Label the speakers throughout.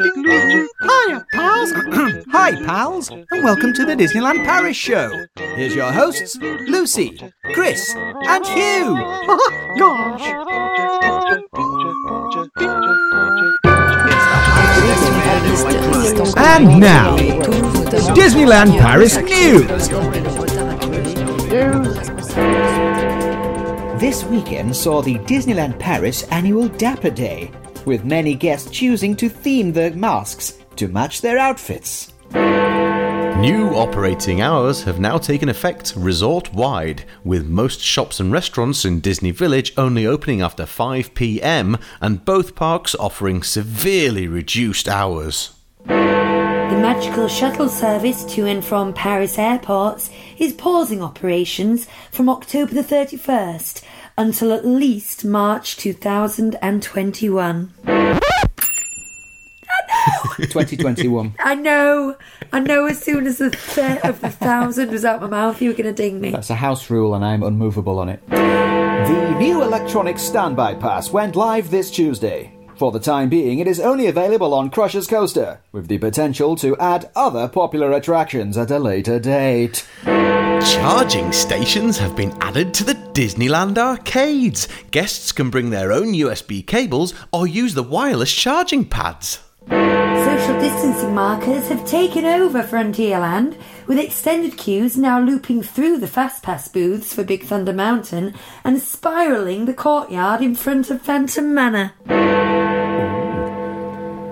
Speaker 1: Hiya, pals! Hi, pals, and welcome to the Disneyland Paris show. Here's your hosts, Lucy, Chris, and Hugh. And now, Disneyland Paris news. This weekend saw the Disneyland Paris annual Dapper Day, with many guests choosing to theme their masks to match their outfits.
Speaker 2: New operating hours have now taken effect resort wide, with most shops and restaurants in Disney Village only opening after 5 pm and both parks offering severely reduced hours.
Speaker 3: The magical shuttle service to and from Paris airports is pausing operations from October the 31st until at least March 2021.
Speaker 1: 2021.
Speaker 3: I know, I know as soon as the third of the thousand was out my mouth, you were going to ding me.
Speaker 1: That's a house rule, and I'm unmovable on it. The new electronic standby pass went live this Tuesday. For the time being, it is only available on Crusher's Coaster, with the potential to add other popular attractions at a later date.
Speaker 2: Charging stations have been added to the Disneyland arcades. Guests can bring their own USB cables or use the wireless charging pads.
Speaker 3: Social distancing markers have taken over Frontierland, with extended queues now looping through the Fastpass booths for Big Thunder Mountain and spiralling the courtyard in front of Phantom Manor.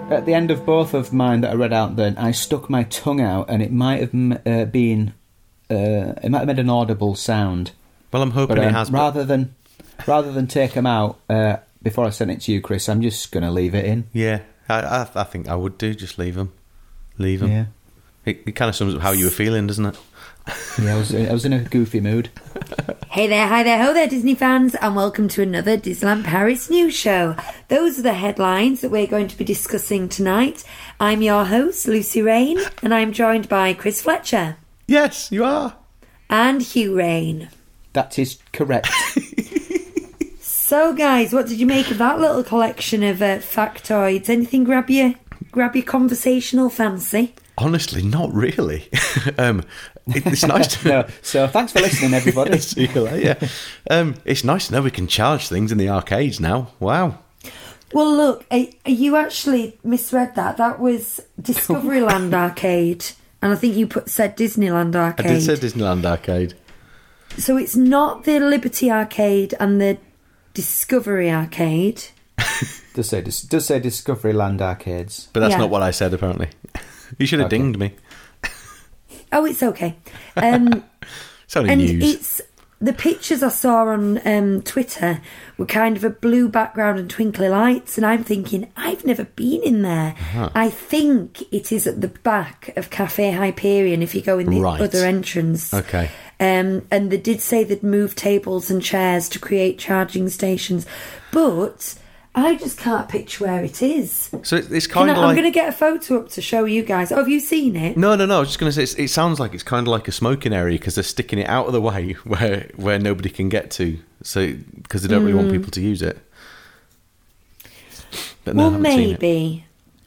Speaker 1: At the end of both of mine that I read out, then I stuck my tongue out, and it might have m- uh, been, uh, it might have made an audible sound.
Speaker 2: Well, I'm hoping
Speaker 1: But
Speaker 2: it
Speaker 1: um,
Speaker 2: has. but-
Speaker 1: rather than rather than take them out uh, before I send it to you, Chris, I'm just going to leave it in.
Speaker 2: yeah, I, I, I think I would do. Just leave them. Leave them.
Speaker 1: Yeah,
Speaker 2: It, it kind of sums up how you were feeling, doesn't it?
Speaker 1: yeah. I was I was in a goofy mood.
Speaker 3: Hey there, hi there, ho there, Disney fans, and welcome to another Disneyland Paris news show. Those are the headlines that we're going to be discussing tonight. I'm your host, Lucy Rain, and I'm joined by Chris Fletcher
Speaker 2: Yes, you are.
Speaker 3: and Hugh Rain.
Speaker 1: That is correct.
Speaker 3: So, guys, what did you make of that little collection of uh, factoids? Anything grab your grab your conversational fancy?
Speaker 2: Honestly, not really. um, it, it's nice to
Speaker 1: no, so thanks for listening, everybody.
Speaker 2: See you later. Um, it's nice to know we can charge things in the arcades now. Wow.
Speaker 3: Well, look, I, you actually misread that. That was Discoveryland Arcade, and I think you put said Disneyland
Speaker 2: I
Speaker 3: Arcade.
Speaker 2: did say Disneyland arcade.
Speaker 3: So it's not the Liberty Arcade and the Discovery Arcade.
Speaker 1: does say dis- does say Discovery Land arcades.
Speaker 2: But that's
Speaker 3: Yeah.
Speaker 2: not what I said, apparently. you should have
Speaker 1: Okay.
Speaker 2: dinged me.
Speaker 3: Oh, it's okay. Um,
Speaker 2: It's only
Speaker 3: and
Speaker 2: news.
Speaker 3: it's the pictures I saw on um, Twitter were kind of a blue background and twinkly lights, and I'm thinking I've never been in there.
Speaker 2: Uh-huh.
Speaker 3: I think it is at the back of Cafe Hyperion if you go in the
Speaker 2: Right.
Speaker 3: other entrance.
Speaker 2: Okay.
Speaker 3: Um, and they did say they'd move tables and chairs to create charging stations, but I just can't picture where it is.
Speaker 2: So it, it's
Speaker 3: Can
Speaker 2: kind
Speaker 3: I,
Speaker 2: of
Speaker 3: I'm
Speaker 2: like.
Speaker 3: going to get a photo up to show you guys. Oh, have you seen it?
Speaker 2: No, no, no. I was just going to say it's, it sounds like it's kind of like a smoking area because they're sticking it out of the way where where nobody can get to. So because they don't really
Speaker 3: Hmm.
Speaker 2: want people to use it. But no, I
Speaker 3: well,
Speaker 2: haven't seen it.
Speaker 3: maybe.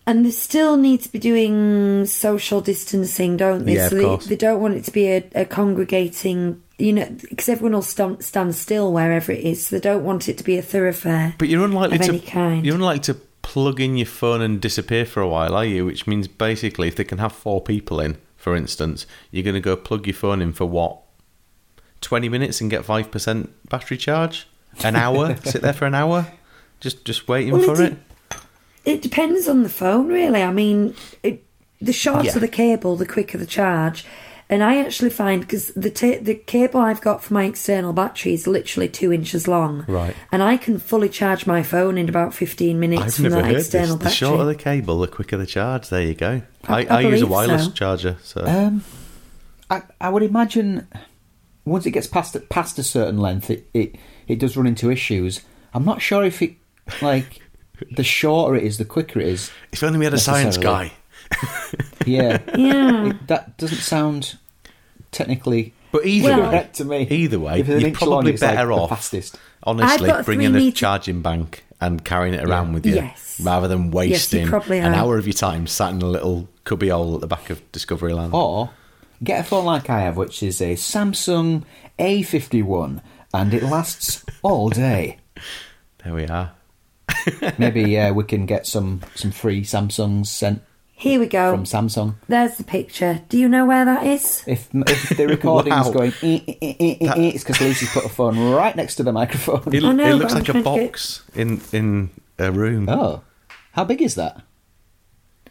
Speaker 3: And they still need to be doing social distancing, don't they?
Speaker 2: Yeah, of
Speaker 3: so they,
Speaker 2: course.
Speaker 3: they don't want it to be a, a congregating, you know, because everyone will stand, stand still wherever it is. So they don't want it to be a thoroughfare.
Speaker 2: But you're unlikely
Speaker 3: of
Speaker 2: to
Speaker 3: any kind.
Speaker 2: you're unlikely to plug in your phone and disappear for a while, are you? Which means basically, if they can have four people in, for instance, you're going to go plug your phone in for what twenty minutes and get five percent battery charge. An hour, sit there for an hour, just just waiting
Speaker 3: Well,
Speaker 2: for
Speaker 3: it
Speaker 2: it.
Speaker 3: It depends on the phone, really. I mean, it, the shorter
Speaker 2: Yeah.
Speaker 3: the cable, the quicker the charge. And I actually find because the ta the cable I've got for my external battery is literally two inches long,
Speaker 2: Right.
Speaker 3: And I can fully charge my phone in about fifteen minutes
Speaker 2: I've
Speaker 3: from
Speaker 2: never
Speaker 3: that
Speaker 2: heard this.
Speaker 3: external
Speaker 2: The shorter
Speaker 3: battery.
Speaker 2: the cable, the quicker the charge. There you go. I,
Speaker 3: I-
Speaker 2: I,
Speaker 3: I
Speaker 2: use a
Speaker 3: believe
Speaker 2: wireless
Speaker 3: so.
Speaker 2: charger, so
Speaker 1: Um, I I would imagine once it gets past past a certain length, it, it it does run into issues. I'm not sure if it like the shorter it is, the quicker it is.
Speaker 2: if only we had a science
Speaker 1: necessarily.
Speaker 2: guy.
Speaker 1: Yeah,
Speaker 3: yeah,
Speaker 1: that doesn't sound technically
Speaker 2: But either
Speaker 3: Well-
Speaker 2: way,
Speaker 1: Correct to me.
Speaker 2: either way,
Speaker 1: If it's an
Speaker 2: you're
Speaker 1: inch long,
Speaker 2: probably
Speaker 1: it's like
Speaker 2: better
Speaker 1: the
Speaker 2: off.
Speaker 1: fastest.
Speaker 3: I've
Speaker 2: Honestly,
Speaker 3: got a
Speaker 2: bringing
Speaker 3: three
Speaker 2: a
Speaker 3: metre-
Speaker 2: charging bank and carrying it around with you,
Speaker 3: Yes.
Speaker 2: rather than wasting
Speaker 3: probably
Speaker 2: an
Speaker 3: are.
Speaker 2: hour of your time sat in a little cubbyhole at the back of Discovery Land.
Speaker 1: Or get a phone like I have, which is a Samsung A51, and it lasts all day.
Speaker 2: There we are.
Speaker 1: Maybe uh, we can get some some free Samsungs sent
Speaker 3: Here we go.
Speaker 1: from Samsung.
Speaker 3: There's the picture. Do you know where that is?
Speaker 1: If, if the recording's
Speaker 2: Wow.
Speaker 1: going, "Eh, eh, eh, eh, eh," it's because Lucy's put a phone right next to the microphone.
Speaker 2: It,
Speaker 3: I know,
Speaker 2: it
Speaker 3: but
Speaker 2: looks
Speaker 3: I'm
Speaker 2: like a
Speaker 3: trying to get-
Speaker 2: box in in a room.
Speaker 1: Oh, how big is that?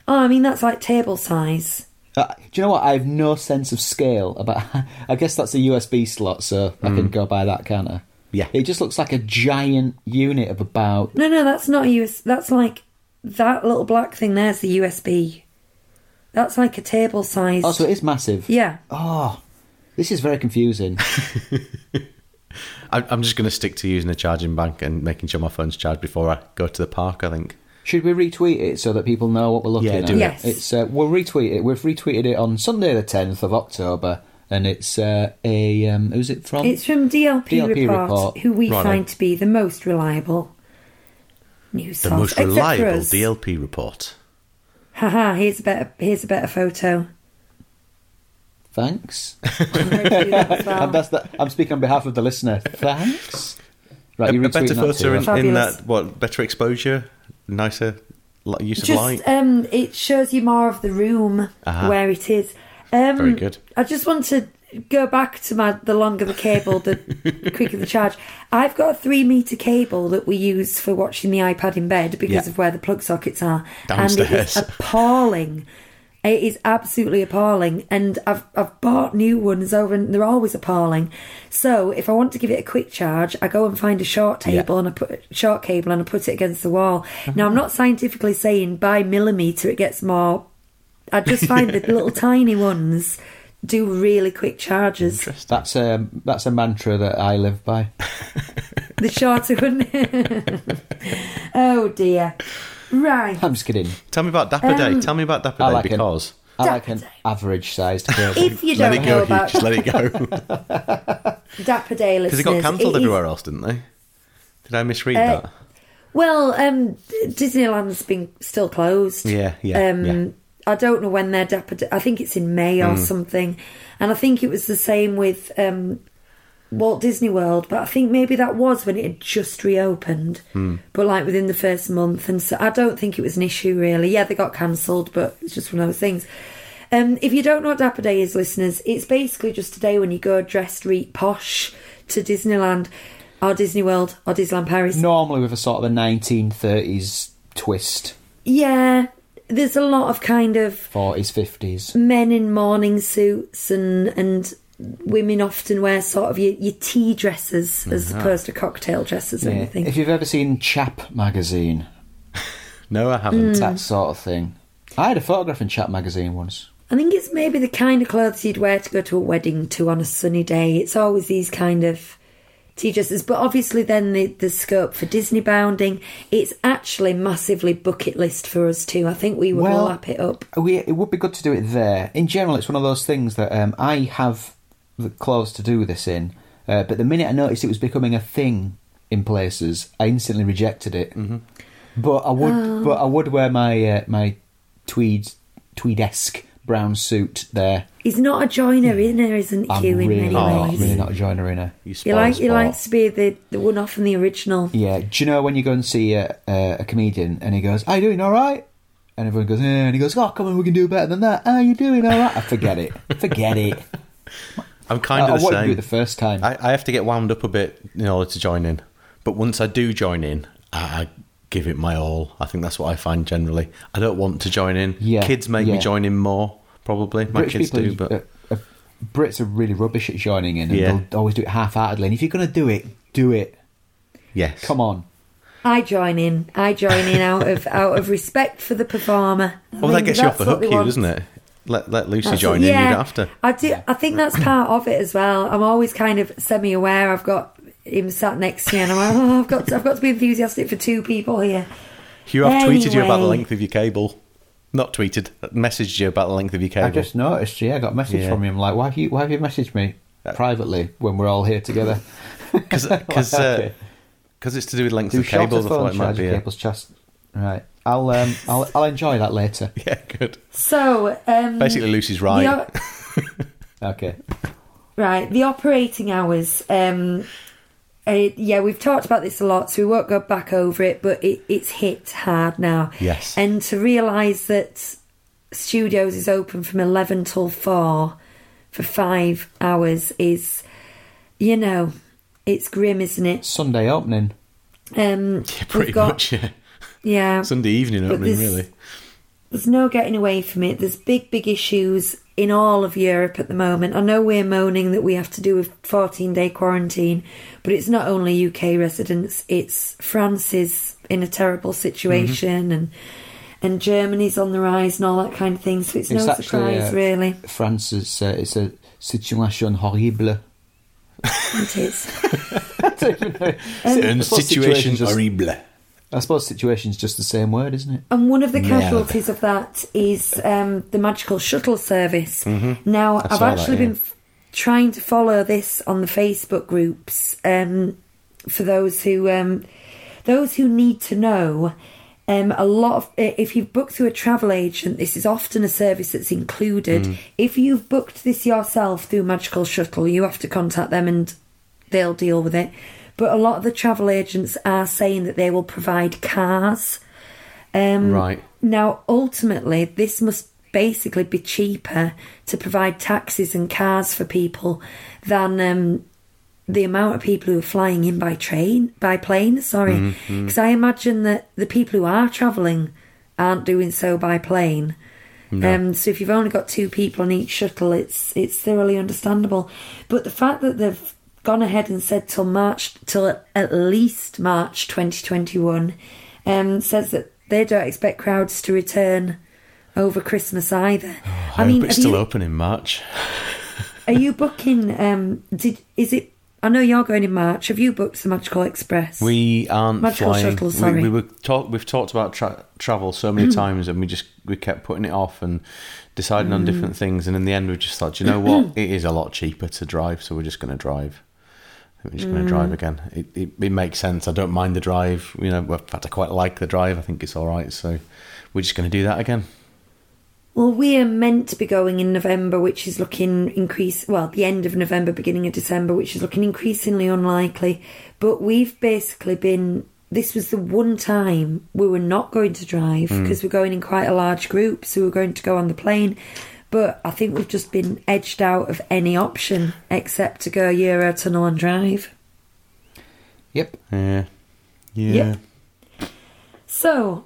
Speaker 3: Oh, I mean, that's like table size.
Speaker 1: Uh, do you know what? I have no sense of scale. About, I guess that's a USB slot, so I can go by that, can't I?
Speaker 2: Mm. Yeah.
Speaker 1: It just looks like a giant unit of about.
Speaker 3: No, no, that's not a US. That's like that little black thing there's the USB. That's like a table size.
Speaker 1: Oh, so it is massive.
Speaker 3: yeah.
Speaker 2: Um,
Speaker 1: Oh, this is very confusing.
Speaker 2: I, I'm just going to stick to using a charging bank and making sure my phone's charged before I go to the park. I think.
Speaker 1: Should we retweet it so that people know what we're looking
Speaker 2: Yeah,
Speaker 1: at?
Speaker 2: do it.
Speaker 3: Yes.
Speaker 1: It's uh, we'll retweet it. We've retweeted it on Sunday the tenth of October, and it's uh, a um, who's it from?
Speaker 3: It's from DLP,
Speaker 1: DLP
Speaker 3: report,
Speaker 1: Report.
Speaker 3: who we
Speaker 2: Righto.
Speaker 3: find to be the most reliable news
Speaker 2: The
Speaker 3: source,
Speaker 2: most
Speaker 3: except for
Speaker 2: reliable
Speaker 3: us.
Speaker 2: DLP report.
Speaker 3: Haha! Here's a better. Here's a better photo.
Speaker 1: Thanks.
Speaker 3: I'm going to do that as well.
Speaker 1: And that's that. I'm speaking on behalf of the listener. Thanks. Right,
Speaker 2: A,
Speaker 1: you
Speaker 2: a better
Speaker 1: retweeted that
Speaker 2: photo
Speaker 1: too.
Speaker 2: in, in
Speaker 3: Fabulous.
Speaker 2: that what better exposure, nicer li- use of light.
Speaker 3: Just um, it shows you more of the room
Speaker 2: Ah.
Speaker 3: where it is. Um,
Speaker 2: Very good.
Speaker 3: I just want to go back to my the longer the cable, the quicker the charge. I've got a three meter cable that we use for watching the iPad in bed because
Speaker 2: Yeah.
Speaker 3: of where the plug sockets are, and it
Speaker 2: Downstairs.
Speaker 3: is appalling. It is absolutely appalling, and I've I've bought new ones over, and they're always appalling. So if I want to give it a quick charge, I go and find a short table and I put short cable and I put it against the wall. Now I'm not scientifically saying by millimeter it gets more. I just find the little tiny ones do really quick charges.
Speaker 1: That's a that's a mantra that I live by.
Speaker 3: The shorter one. oh dear. Right.
Speaker 1: I'm just kidding.
Speaker 2: Tell me about Dapper
Speaker 3: um,
Speaker 2: Day. Tell me about Dapper
Speaker 1: I
Speaker 2: Day
Speaker 1: like it.
Speaker 2: because
Speaker 1: I like an average sized
Speaker 3: If you
Speaker 2: let
Speaker 3: don't
Speaker 2: it go,
Speaker 3: know
Speaker 2: Hugh.
Speaker 3: about
Speaker 2: Just let it go because
Speaker 3: Dapper Day listeners,
Speaker 2: it got cancelled
Speaker 3: it is-
Speaker 2: everywhere else, didn't they? Did I misread
Speaker 3: Uh,
Speaker 2: that?
Speaker 3: Well, um, Disneyland's been still closed.
Speaker 2: Yeah, yeah,
Speaker 3: Um,
Speaker 2: yeah. Mm.
Speaker 3: I don't know when their Dapper. D- I think it's in May or something, and I think it was the same with um, Walt Disney World. But I think maybe that was when it had just reopened,
Speaker 2: Hmm.
Speaker 3: but like within the first month, and so I don't think it was an issue really. Yeah, they got cancelled, but it's just one of those things. Um, if you don't know what Dapper Day is, listeners, it's basically just a day when you go dressed re posh to Disneyland or Disney World or Disneyland Paris.
Speaker 1: Normally with a sort of a 1930s twist,
Speaker 3: Yeah, there's a lot of kind of
Speaker 1: 40s, 50s.
Speaker 3: men in morning suits and and women often wear sort of your, your tea dresses as opposed to cocktail dresses or
Speaker 1: Uh-huh. Yeah.
Speaker 3: anything.
Speaker 1: If you've ever seen Chap magazine,
Speaker 2: No, I haven't.
Speaker 3: mm,
Speaker 1: that sort of thing. I had a photograph in Chap magazine once.
Speaker 3: I think it's maybe the kind of clothes you'd wear to go to a wedding to on a sunny day. It's always these kind of tea dresses, but obviously then the, the scope for Disney bounding. It's actually massively bucket list for us too. I think we would
Speaker 1: Well-
Speaker 3: lap it up.
Speaker 1: We, it would be good to do it there. In general, it's one of those things that um, I have the clothes to do this in, uh, but the minute I noticed it was becoming a thing in places, I instantly rejected it. But I would,
Speaker 3: Oh.
Speaker 1: but I would wear my uh, my tweed tweedesque brown suit there.
Speaker 3: He's not a joiner, in there, isn't
Speaker 1: Hmm. I'm
Speaker 3: Hugh? In
Speaker 1: really,
Speaker 3: many
Speaker 1: not,
Speaker 3: ways,
Speaker 1: really not a joiner in her.
Speaker 2: You
Speaker 3: He,
Speaker 2: spoil
Speaker 3: like, he
Speaker 2: sport.
Speaker 3: likes to be the, the one off and the original.
Speaker 1: Yeah, do you know when you go and see a, a, a comedian and he goes, "Are you doing all right?" And everyone goes, "Yeah," and he goes, "Oh, come on, we can do better than that. Are you doing all right?" I forget it. Forget it.
Speaker 2: I'm
Speaker 1: I,
Speaker 2: kind
Speaker 1: Uh, I
Speaker 2: of the
Speaker 1: wanted to do
Speaker 2: same.
Speaker 1: it the first time.
Speaker 2: I, I have to get wound up a bit in order to join in. But once I do join in, I, I give it my all. I think that's what I find generally. I don't want to join in.
Speaker 1: Yeah,
Speaker 2: Kids make
Speaker 1: yeah.
Speaker 2: me join in more, probably. My kids do, but
Speaker 1: uh, uh, Brits are really rubbish at joining in, and
Speaker 2: Yeah.
Speaker 1: they'll always do it half-heartedly. And if you're going to do it, do it.
Speaker 2: yes.
Speaker 1: Come on.
Speaker 3: I join in. I join in out of out of respect for the performer. I
Speaker 2: Well, that
Speaker 3: think
Speaker 2: gets you off the
Speaker 3: that's
Speaker 2: hook,
Speaker 3: what they
Speaker 2: Hugh,
Speaker 3: want.
Speaker 2: doesn't it? Let, let Lucy
Speaker 3: That's
Speaker 2: join
Speaker 3: it.
Speaker 2: in,
Speaker 3: Yeah,
Speaker 2: you'd have to.
Speaker 3: I do. I think that's part of it as well. I'm always kind of semi-aware. I've got him sat next to me, and I'm like, oh, I've got to, I've got to be enthusiastic for two people here.
Speaker 2: Hugh, I've tweeted you about the
Speaker 3: Anyway.
Speaker 2: length of your cable. Not tweeted, messaged you about the length of your cable.
Speaker 1: I just noticed. Yeah, I got a message
Speaker 2: Yeah. Uh,
Speaker 1: from him. Like, why have you? Why have you messaged me? privately when we're all here together.
Speaker 2: Because because
Speaker 1: Okay.
Speaker 2: uh, it's to do with length
Speaker 1: Do
Speaker 2: of cables. I thought
Speaker 1: phone
Speaker 2: it might
Speaker 1: charger
Speaker 2: be. A,
Speaker 1: cables just right. I'll um I'll I'll enjoy that later.
Speaker 2: yeah, good.
Speaker 3: So um,
Speaker 2: Basically, Lucy's
Speaker 3: the
Speaker 2: right.
Speaker 3: o-
Speaker 1: Okay.
Speaker 3: Right, the operating hours. Um, uh, yeah, we've talked about this a lot, so we won't go back over it, but it, it's hit hard now.
Speaker 2: Yes.
Speaker 3: And to realise that studios is open from 11 till 4 for five hours is, you know, it's grim, isn't it?
Speaker 1: Sunday opening.
Speaker 3: Um,
Speaker 2: yeah, pretty
Speaker 3: we've got-
Speaker 2: much. Yeah.
Speaker 3: Yeah.
Speaker 2: Sunday evening opening,
Speaker 3: this-
Speaker 2: really.
Speaker 3: There's no getting away from it. There's big, big issues in all of Europe at the moment. I know we're moaning that we have to do a 14 day quarantine, but it's not only UK residents, it's France is in a terrible situation and and Germany's on the rise and all that kind of thing. So it's,
Speaker 1: It's
Speaker 3: no
Speaker 1: actually,
Speaker 3: surprise,
Speaker 1: uh,
Speaker 3: really.
Speaker 1: France is uh, it's a situation horrible.
Speaker 3: It is.
Speaker 2: And
Speaker 1: suppose situation
Speaker 2: situation
Speaker 1: just-
Speaker 2: horrible.
Speaker 1: I suppose situation's just the same word, isn't it?
Speaker 3: And one of the
Speaker 2: Yeah.
Speaker 3: casualties of that is um, the magical shuttle service. Now, I've
Speaker 2: Mm-hmm. saw that,
Speaker 3: actually
Speaker 2: yeah.
Speaker 3: been f- trying to follow this on the Facebook groups um, for those who um, those who need to know. Um, a lot of if you've booked through a travel agent, this is often a service that's included.
Speaker 2: Mm.
Speaker 3: If you've booked this yourself through Magical Shuttle, you have to contact them and they'll deal with it. But a lot of the travel agents are saying that they will provide cars. Um,
Speaker 2: Right.
Speaker 3: Now, ultimately, this must basically be cheaper to provide taxis and cars for people than um, the amount of people who are flying in by train, by plane, sorry. Because I imagine that the people who are travelling aren't doing so by plane. Um, so if you've only got two people on each shuttle, it's it's thoroughly understandable. But the fact that they've gone ahead and said till March, till at least March 2021, um, says that they don't expect crowds to return over Christmas either.
Speaker 2: Oh, I, mean, hope
Speaker 3: have
Speaker 2: it's still
Speaker 3: you-
Speaker 2: open in March.
Speaker 3: are you booking? Um, did is it? I know you're going in March. Have you booked the Magical Express?
Speaker 2: We aren't
Speaker 3: Magical
Speaker 2: flying.
Speaker 3: shuttle,
Speaker 2: We-
Speaker 3: sorry. Mm-hmm.
Speaker 2: We, were talk, We've talked about tra- travel so many times, and we just we kept putting it off and deciding on different
Speaker 3: Mm.
Speaker 2: things. And in the end, we just thought, "Do you know what? it is a lot cheaper to drive, so we're just going to drive. We're just going to
Speaker 3: Mm.
Speaker 2: drive again. It, it it makes sense. I don't mind the drive. You know, well, in fact, I quite like the drive. I think it's all right. So we're just going to do that again.
Speaker 3: well, we are meant to be going in November, which is looking increase. Well, the end of November, beginning of December, which is looking increasingly unlikely. But we've basically been. This was the one time we were not going to drive because we're going in quite a large group, so we're going to go on the plane. But I think we've just been edged out of any option except to go Euro tunnel and drive.
Speaker 1: Yep.
Speaker 2: Yeah, yeah.
Speaker 3: Yep. So,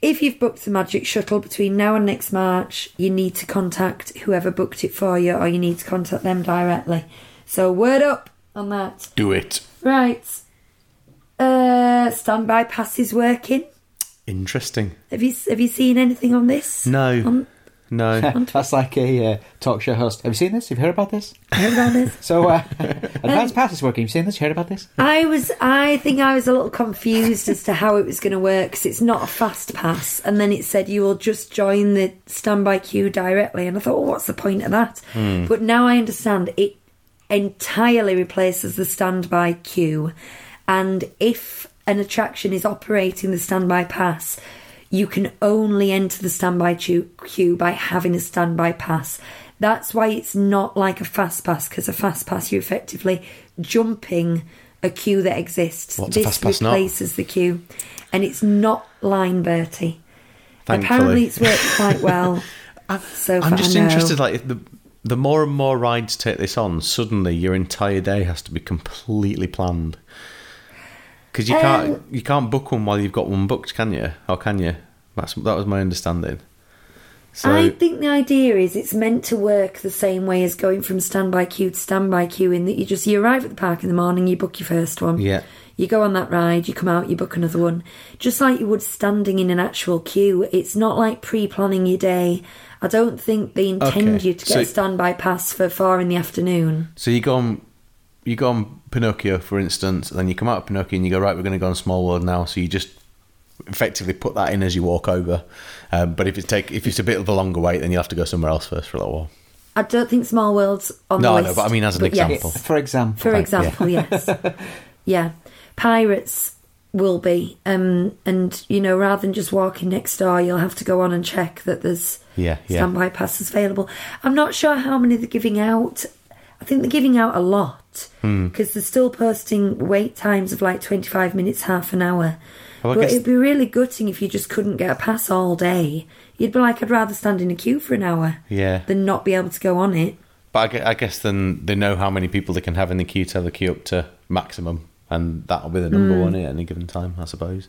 Speaker 3: if you've booked the Magic Shuttle between now and next March, you need to contact whoever booked it for you or you need to contact them directly. So, word up on that.
Speaker 2: Do it.
Speaker 3: Right. Uh, standby pass is working.
Speaker 2: Interesting.
Speaker 3: Have you have you seen anything on this?
Speaker 2: No,
Speaker 3: On,
Speaker 2: no.
Speaker 1: That's like a uh, talk show host. Have you seen this? Have you heard about this?
Speaker 3: heard about this?
Speaker 1: So, uh, advanced pass is working. Have you seen this? You heard about this?
Speaker 3: I was, I think I was a little confused as to how it was going to work because it's not a fast pass. And then it said you will just join the standby queue directly. And I thought, well, what's the point of that? But now I understand it entirely replaces the standby queue. And if an attraction is operating the standby pass, you can only enter the standby tu- queue by having a standby pass. That's why it's not like a fast pass because a fast pass you're effectively jumping a queue that exists.
Speaker 2: What's a
Speaker 3: this
Speaker 2: fast pass not?
Speaker 3: replaces the queue, and it's not line Bertie.
Speaker 2: Thankfully.
Speaker 3: Apparently, it's worked quite well. so far,
Speaker 2: I'm just
Speaker 3: I know.
Speaker 2: interested. Like if the the more and more rides take this on, suddenly your entire day has to be completely planned. Because you can't you can't book one while you've got one booked, can you? Or can you? That's that was my understanding. So
Speaker 3: I think the idea is it's meant to work the same way as going from standby queue to standby queue in that you just you arrive at the park in the morning, you book your first one.
Speaker 2: Yeah.
Speaker 3: You go on that ride, you come out, you book another one. Just like you would standing in an actual queue. It's not like pre planning your day. I don't think they intend
Speaker 2: Okay,
Speaker 3: you to get
Speaker 2: so-
Speaker 3: a standby pass for four in the afternoon.
Speaker 2: so you go on you go on Pinocchio, for instance, and then you come out of Pinocchio and you go right, we're going to go on Small World now. So you just effectively put that in as you walk over. Um, but if it take if it's a bit of a longer wait, then you will have to go somewhere else first for a little while.
Speaker 3: I don't think Small World's on
Speaker 2: No,
Speaker 3: the
Speaker 2: I
Speaker 3: list.
Speaker 2: know, but I mean as an
Speaker 3: yes.
Speaker 2: example.
Speaker 1: For example.
Speaker 3: For example, yes. Yeah. Pirates will be. Um, and, you know, rather than just walking next door, you'll have to go on and check that there's
Speaker 2: Yeah, yeah.
Speaker 3: standby passes available. I'm not sure how many they're giving out. I think they're giving out a lot
Speaker 2: Hmm.
Speaker 3: because they're still posting wait times of like 25 minutes, half an hour.
Speaker 2: Well, I
Speaker 3: but
Speaker 2: guess-
Speaker 3: it'd be really gutting if you just couldn't get a pass all day. You'd be like, I'd rather stand in a queue for an hour
Speaker 2: Yeah.
Speaker 3: than not be able to go on it.
Speaker 2: But I gue- I guess then they know how many people they can have in the queue to have the queue up to maximum, and that'll be the number one at any given time, I suppose.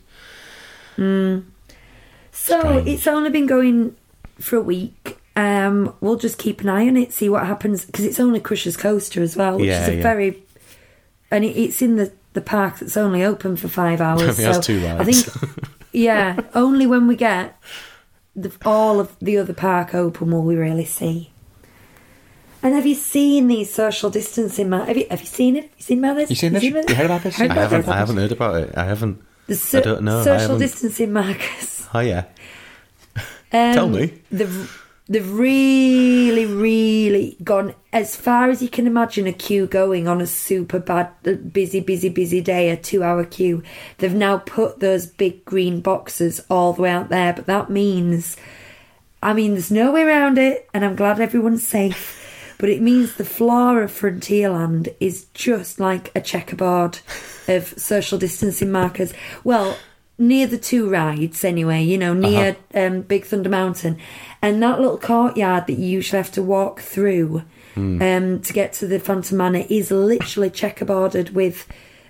Speaker 3: So
Speaker 2: Strange.
Speaker 3: it's only been going for a week. Um, we'll just keep an eye on it, see what happens, because it's only Crusher's Coaster as well, which
Speaker 2: Yeah,
Speaker 3: is a
Speaker 2: yeah.
Speaker 3: very and it, it's in the the park that's only open for five hours.
Speaker 2: Only has
Speaker 3: so
Speaker 2: two
Speaker 3: I think, yeah, only when we get the, all of the other park open will we really see. And have you seen these social distancing? Ma- have you have you seen it? Have you seen my list?
Speaker 1: You seen
Speaker 3: Have
Speaker 1: this? You heard about this?
Speaker 3: Heard
Speaker 2: I
Speaker 1: Yeah,
Speaker 3: about
Speaker 2: haven't.
Speaker 3: this?
Speaker 2: I haven't heard about it. I haven't.
Speaker 3: The so-
Speaker 2: I don't know. I
Speaker 3: Social
Speaker 2: haven't.
Speaker 3: distancing markers.
Speaker 2: Oh yeah.
Speaker 3: Um,
Speaker 2: Tell me.
Speaker 3: They've, they've really, really gone as far as you can imagine a queue going on a super bad, uh, busy, busy, busy day, a two hour queue. They've now put those big green boxes all the way out there, but that means, I mean, there's no way around it, and I'm glad everyone's safe. But it means the flora of Frontierland is just like a checkerboard of social distancing markers. Well, near the two rides, anyway, you know, near um, Big Thunder Mountain. And that little courtyard that you usually have to walk through um, to get to the Phantom Manor is literally checkerboarded with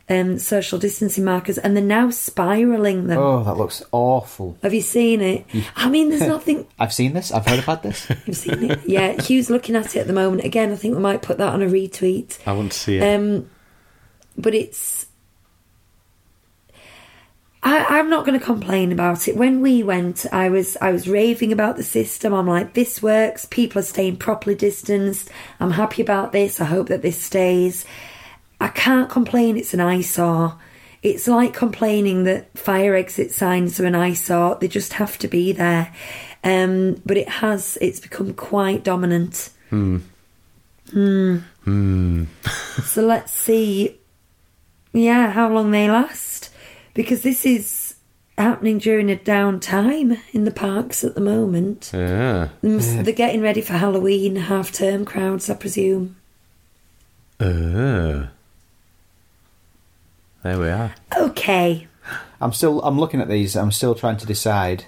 Speaker 3: um, social distancing markers, and they're now spiralling them.
Speaker 1: Oh, that looks awful.
Speaker 3: Have you seen it? I mean, there's nothing.
Speaker 1: I've seen this. I've heard about this.
Speaker 3: You've seen it? Yeah, Hugh's looking at it at the moment. Again, I think we might put that on a retweet.
Speaker 2: I want to see it.
Speaker 3: Um, but it's. I, I'm not going to complain about it. When we went, I was I was raving about the system. I'm like, this works. People are staying properly distanced. I'm happy about this. I hope that this stays. I can't complain. It's an eyesore. It's like complaining that fire exit signs are an eyesore. They just have to be there. Um, but it has. It's become quite dominant. So let's see, yeah, how long they last. Because this is happening during a downtime in the parks at the moment.
Speaker 2: yeah.
Speaker 3: They must- They're getting ready for Halloween, half term crowds, I presume.
Speaker 2: Uh, there we are.
Speaker 3: Okay.
Speaker 1: I'm still. I'm looking at these. I'm still trying to decide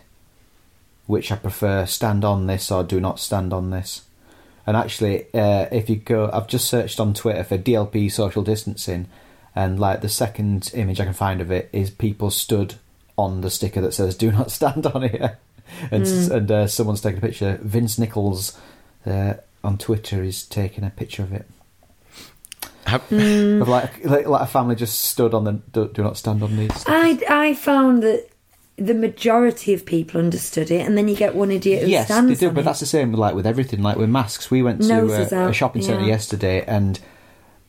Speaker 1: which I prefer: stand on this or do not stand on this. And actually, uh, if you go, I've just searched on Twitter for DLP social distancing, and like the second image I can find of it is people stood on the sticker that says "Do not stand on here," and s and uh, someone's taken a picture. Vince Nichols uh, on Twitter is taking a picture of it.
Speaker 2: Have-
Speaker 1: Of like, like like a family just stood on the do, do not stand on these.
Speaker 3: I, I found that the majority of people understood it, and then you get one idiot who
Speaker 1: yes,
Speaker 3: stands
Speaker 1: they do,
Speaker 3: on
Speaker 1: but
Speaker 3: it.
Speaker 1: that's the same with, like with everything, like with masks. We went to
Speaker 3: Noses
Speaker 1: uh, a
Speaker 3: out,
Speaker 1: shopping centre
Speaker 3: yeah.
Speaker 1: yesterday, and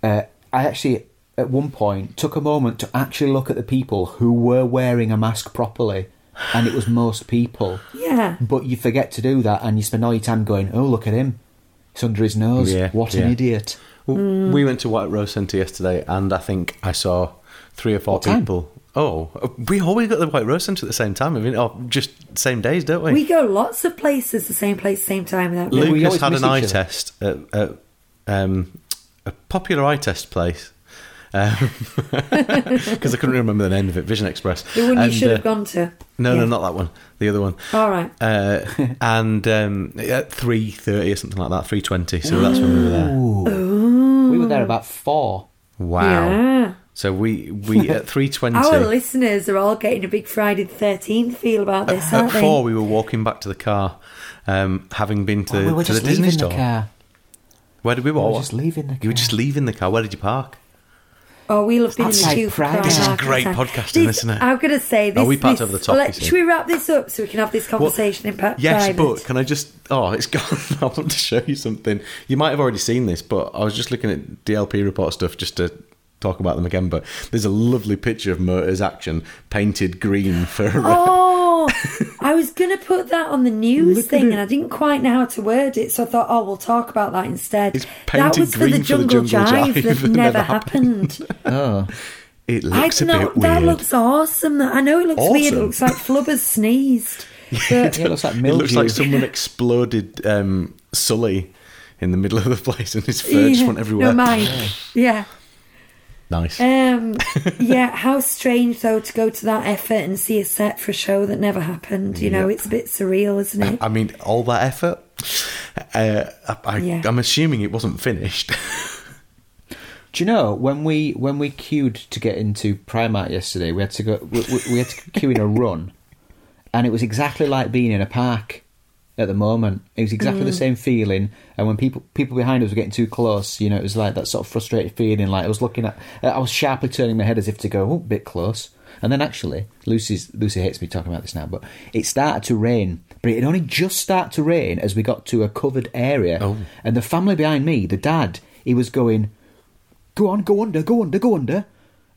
Speaker 1: uh, I actually at one point took a moment to actually look at the people who were wearing a mask properly, and it was most people.
Speaker 3: Yeah.
Speaker 1: But you forget to do that, and you spend all your time going, "Oh, look at him! It's under his nose.
Speaker 2: Yeah,
Speaker 1: what an
Speaker 2: yeah.
Speaker 1: idiot!"
Speaker 2: w We went to White Rose Centre yesterday, and I think I saw three or four
Speaker 1: What time?
Speaker 2: people. Oh, we always go to the White Rose Centre at the same time. I mean, or just same days, don't we?
Speaker 3: We go lots of places, the same place, same time without knowing.
Speaker 1: Lou- we
Speaker 2: Lucas
Speaker 1: always
Speaker 2: had
Speaker 1: miss
Speaker 2: an eye
Speaker 1: each other.
Speaker 2: test at, at um, a popular eye test place because I couldn't remember the name of it. Vision Express.
Speaker 3: The one you
Speaker 2: And,
Speaker 3: should have
Speaker 2: uh,
Speaker 3: gone to.
Speaker 2: No,
Speaker 3: Yeah.
Speaker 2: no, not that one. The other one.
Speaker 3: All right.
Speaker 2: Uh, and um, at three thirty or something like that, three twenty. So that's when we were there.
Speaker 1: We were there about four.
Speaker 2: Wow.
Speaker 3: Yeah. Oh,
Speaker 2: So we we at three twenty.
Speaker 3: Our listeners are all getting a big Friday the 13th feel about this,
Speaker 2: At
Speaker 3: aren't they?
Speaker 2: four, we were walking back to the car, um, having been to,
Speaker 1: we were
Speaker 2: to the
Speaker 1: just
Speaker 2: Disney
Speaker 1: leaving
Speaker 2: store.
Speaker 1: the car.
Speaker 2: Where did we walk?
Speaker 1: We were just leaving the car.
Speaker 2: You were just leaving the car. Where did you park?
Speaker 3: Oh, we'll have been in the
Speaker 1: Outside
Speaker 3: queue for
Speaker 1: Pride.
Speaker 3: crying
Speaker 1: This is
Speaker 3: out loud
Speaker 2: great
Speaker 3: time.
Speaker 2: podcasting,
Speaker 3: This-
Speaker 2: isn't it?
Speaker 3: I'm going to say this.
Speaker 2: No, we parked
Speaker 3: this-
Speaker 2: over the top,
Speaker 3: let-
Speaker 2: you see.
Speaker 3: Should we wrap this up so we can have this
Speaker 2: Well,
Speaker 3: conversation in pa-
Speaker 2: Yes,
Speaker 3: private?
Speaker 2: but can I just? Oh, it's gone. I want to show you something. You might have already seen this, but I was just looking at DLP report stuff just to talk
Speaker 3: Oh,
Speaker 2: about them again. But there's a lovely picture of Motors Action painted green for uh,
Speaker 3: know. I was going to put that on the news
Speaker 2: Look at
Speaker 3: thing
Speaker 2: it.
Speaker 3: and I didn't quite know how to word it, so I thought, oh, we'll talk about that instead.
Speaker 2: It's
Speaker 3: that
Speaker 2: painted
Speaker 3: was for the
Speaker 2: green for the
Speaker 3: Jungle,
Speaker 2: Jungle
Speaker 3: Jive,
Speaker 2: Jive
Speaker 3: that
Speaker 2: that
Speaker 3: never
Speaker 2: never
Speaker 3: happened.
Speaker 1: Oh,
Speaker 2: It
Speaker 3: I
Speaker 2: looks a
Speaker 3: don't know.
Speaker 2: bit
Speaker 3: That
Speaker 2: weird.
Speaker 3: looks awesome. I know it looks weird. It
Speaker 2: Awesome?
Speaker 3: looks like Flubber's sneezed. But
Speaker 1: yeah, it looks like
Speaker 2: it
Speaker 1: mildew.
Speaker 2: looks like someone exploded um, Sully in the middle of the place and his fur just
Speaker 3: Yeah.
Speaker 2: went everywhere.
Speaker 3: No, Mike. Yeah.
Speaker 2: Nice.
Speaker 3: Um, yeah, how strange though to go to that effort and see a set for a show that never happened. You know,
Speaker 2: Yep.
Speaker 3: it's a bit surreal, isn't it?
Speaker 2: I mean, all that effort. Uh, I, I,
Speaker 3: Yeah.
Speaker 2: I'm assuming it wasn't finished.
Speaker 1: Do you know when we when we queued to get into Primark yesterday? We had to go. We, we- we had to queue in a run, and it was exactly like being in a park at the moment. It was exactly the same feeling. And when people people behind us were getting too close, you know, it was like that sort of frustrated feeling. Like I was looking at, I was sharply turning my head as if to go oh, a bit close. And then actually, Lucy's Lucy hates me talking about this now, but it started to rain. But it had only just started to rain as we got to a covered area.
Speaker 2: Oh.
Speaker 1: And the family behind me, the dad, he was going go on, go under, go under, go under.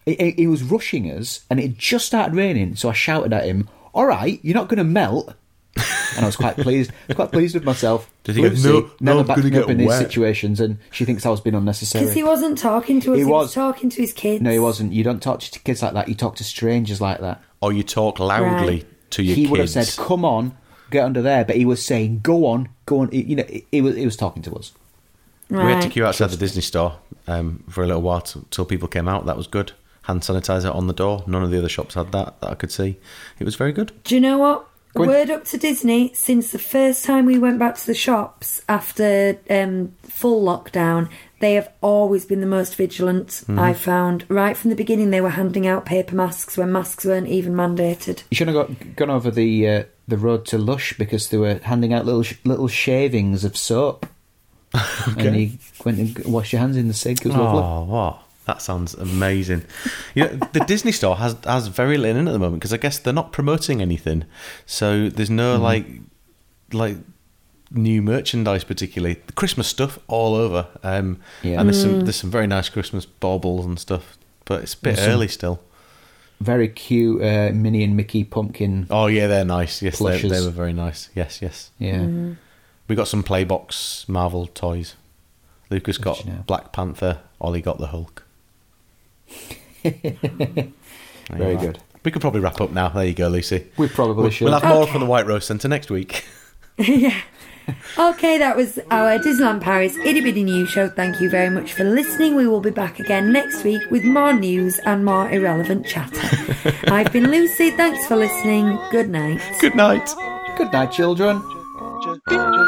Speaker 1: He- He he was rushing us, and it had just started raining, so I shouted at him, "All right, you're not going to melt." And I was quite pleased, quite pleased with myself.
Speaker 2: Did he go, "No, no,
Speaker 1: never
Speaker 2: I'm
Speaker 1: backed
Speaker 2: gonna
Speaker 1: me up
Speaker 2: get
Speaker 1: in these
Speaker 2: wet."
Speaker 1: situations, and she thinks I was being unnecessary.
Speaker 3: Because he wasn't talking to us.
Speaker 1: He
Speaker 3: He, was.
Speaker 1: was.
Speaker 3: talking to his kids.
Speaker 1: no, he wasn't. You don't talk to kids like that. You talk to strangers like that.
Speaker 2: or you talk loudly
Speaker 3: Right.
Speaker 2: to your
Speaker 1: he
Speaker 2: kids.
Speaker 1: would have said, "Come on, get under there," but he was saying, "Go on, go on." He- You know, he- he was he was talking to us.
Speaker 3: Right.
Speaker 2: We had to queue outside the Disney store um, for a little while t- till people came out. That was good. Hand sanitizer on the door. None of the other shops had that that I could see. It was very good.
Speaker 3: Do you know what?
Speaker 1: Go on.
Speaker 3: Word up to Disney. Since the first time we went back to the shops after um, full lockdown, they have always been the most vigilant.
Speaker 1: Mm-hmm.
Speaker 3: I found right from the beginning they were handing out paper masks when masks weren't even mandated.
Speaker 1: You should have got, gone over the uh, the road to Lush because they were handing out little sh- little shavings of soap. And you went and g- washed your hands in the sink. It was lovely.
Speaker 2: Oh, wow. That sounds amazing. You know, the Disney store has has very little in at the moment because I guess they're not promoting anything. So there's no
Speaker 1: Mm-hmm.
Speaker 2: like like new merchandise particularly. The Christmas stuff all over. Um
Speaker 1: Yeah.
Speaker 2: and there's some there's some very nice Christmas baubles and stuff. But it's a bit early still.
Speaker 1: Very cute uh, Minnie and Mickey pumpkin.
Speaker 2: Oh yeah, they're nice. Yes, they,
Speaker 1: Plushes.
Speaker 2: they were very nice. Yes, yes.
Speaker 1: Yeah.
Speaker 2: We got some Playbox Marvel toys. Lucas got
Speaker 1: you know?
Speaker 2: Black Panther. Ollie got the Hulk. There you
Speaker 1: Very
Speaker 2: are.
Speaker 1: good.
Speaker 2: We could probably wrap up now. There you go, Lucy.
Speaker 1: We probably
Speaker 2: We'll-
Speaker 1: should.
Speaker 2: We'll have more
Speaker 3: Okay.
Speaker 2: from the White Rose Centre next week.
Speaker 3: yeah. Okay, that was our Disneyland Paris Itty Bitty News Show. Thank you very much for listening. We will be back again next week with more news and more irrelevant chatter. I've been Lucy. Thanks for listening. Good night.
Speaker 2: Good night.
Speaker 1: Good night, children.
Speaker 4: Just-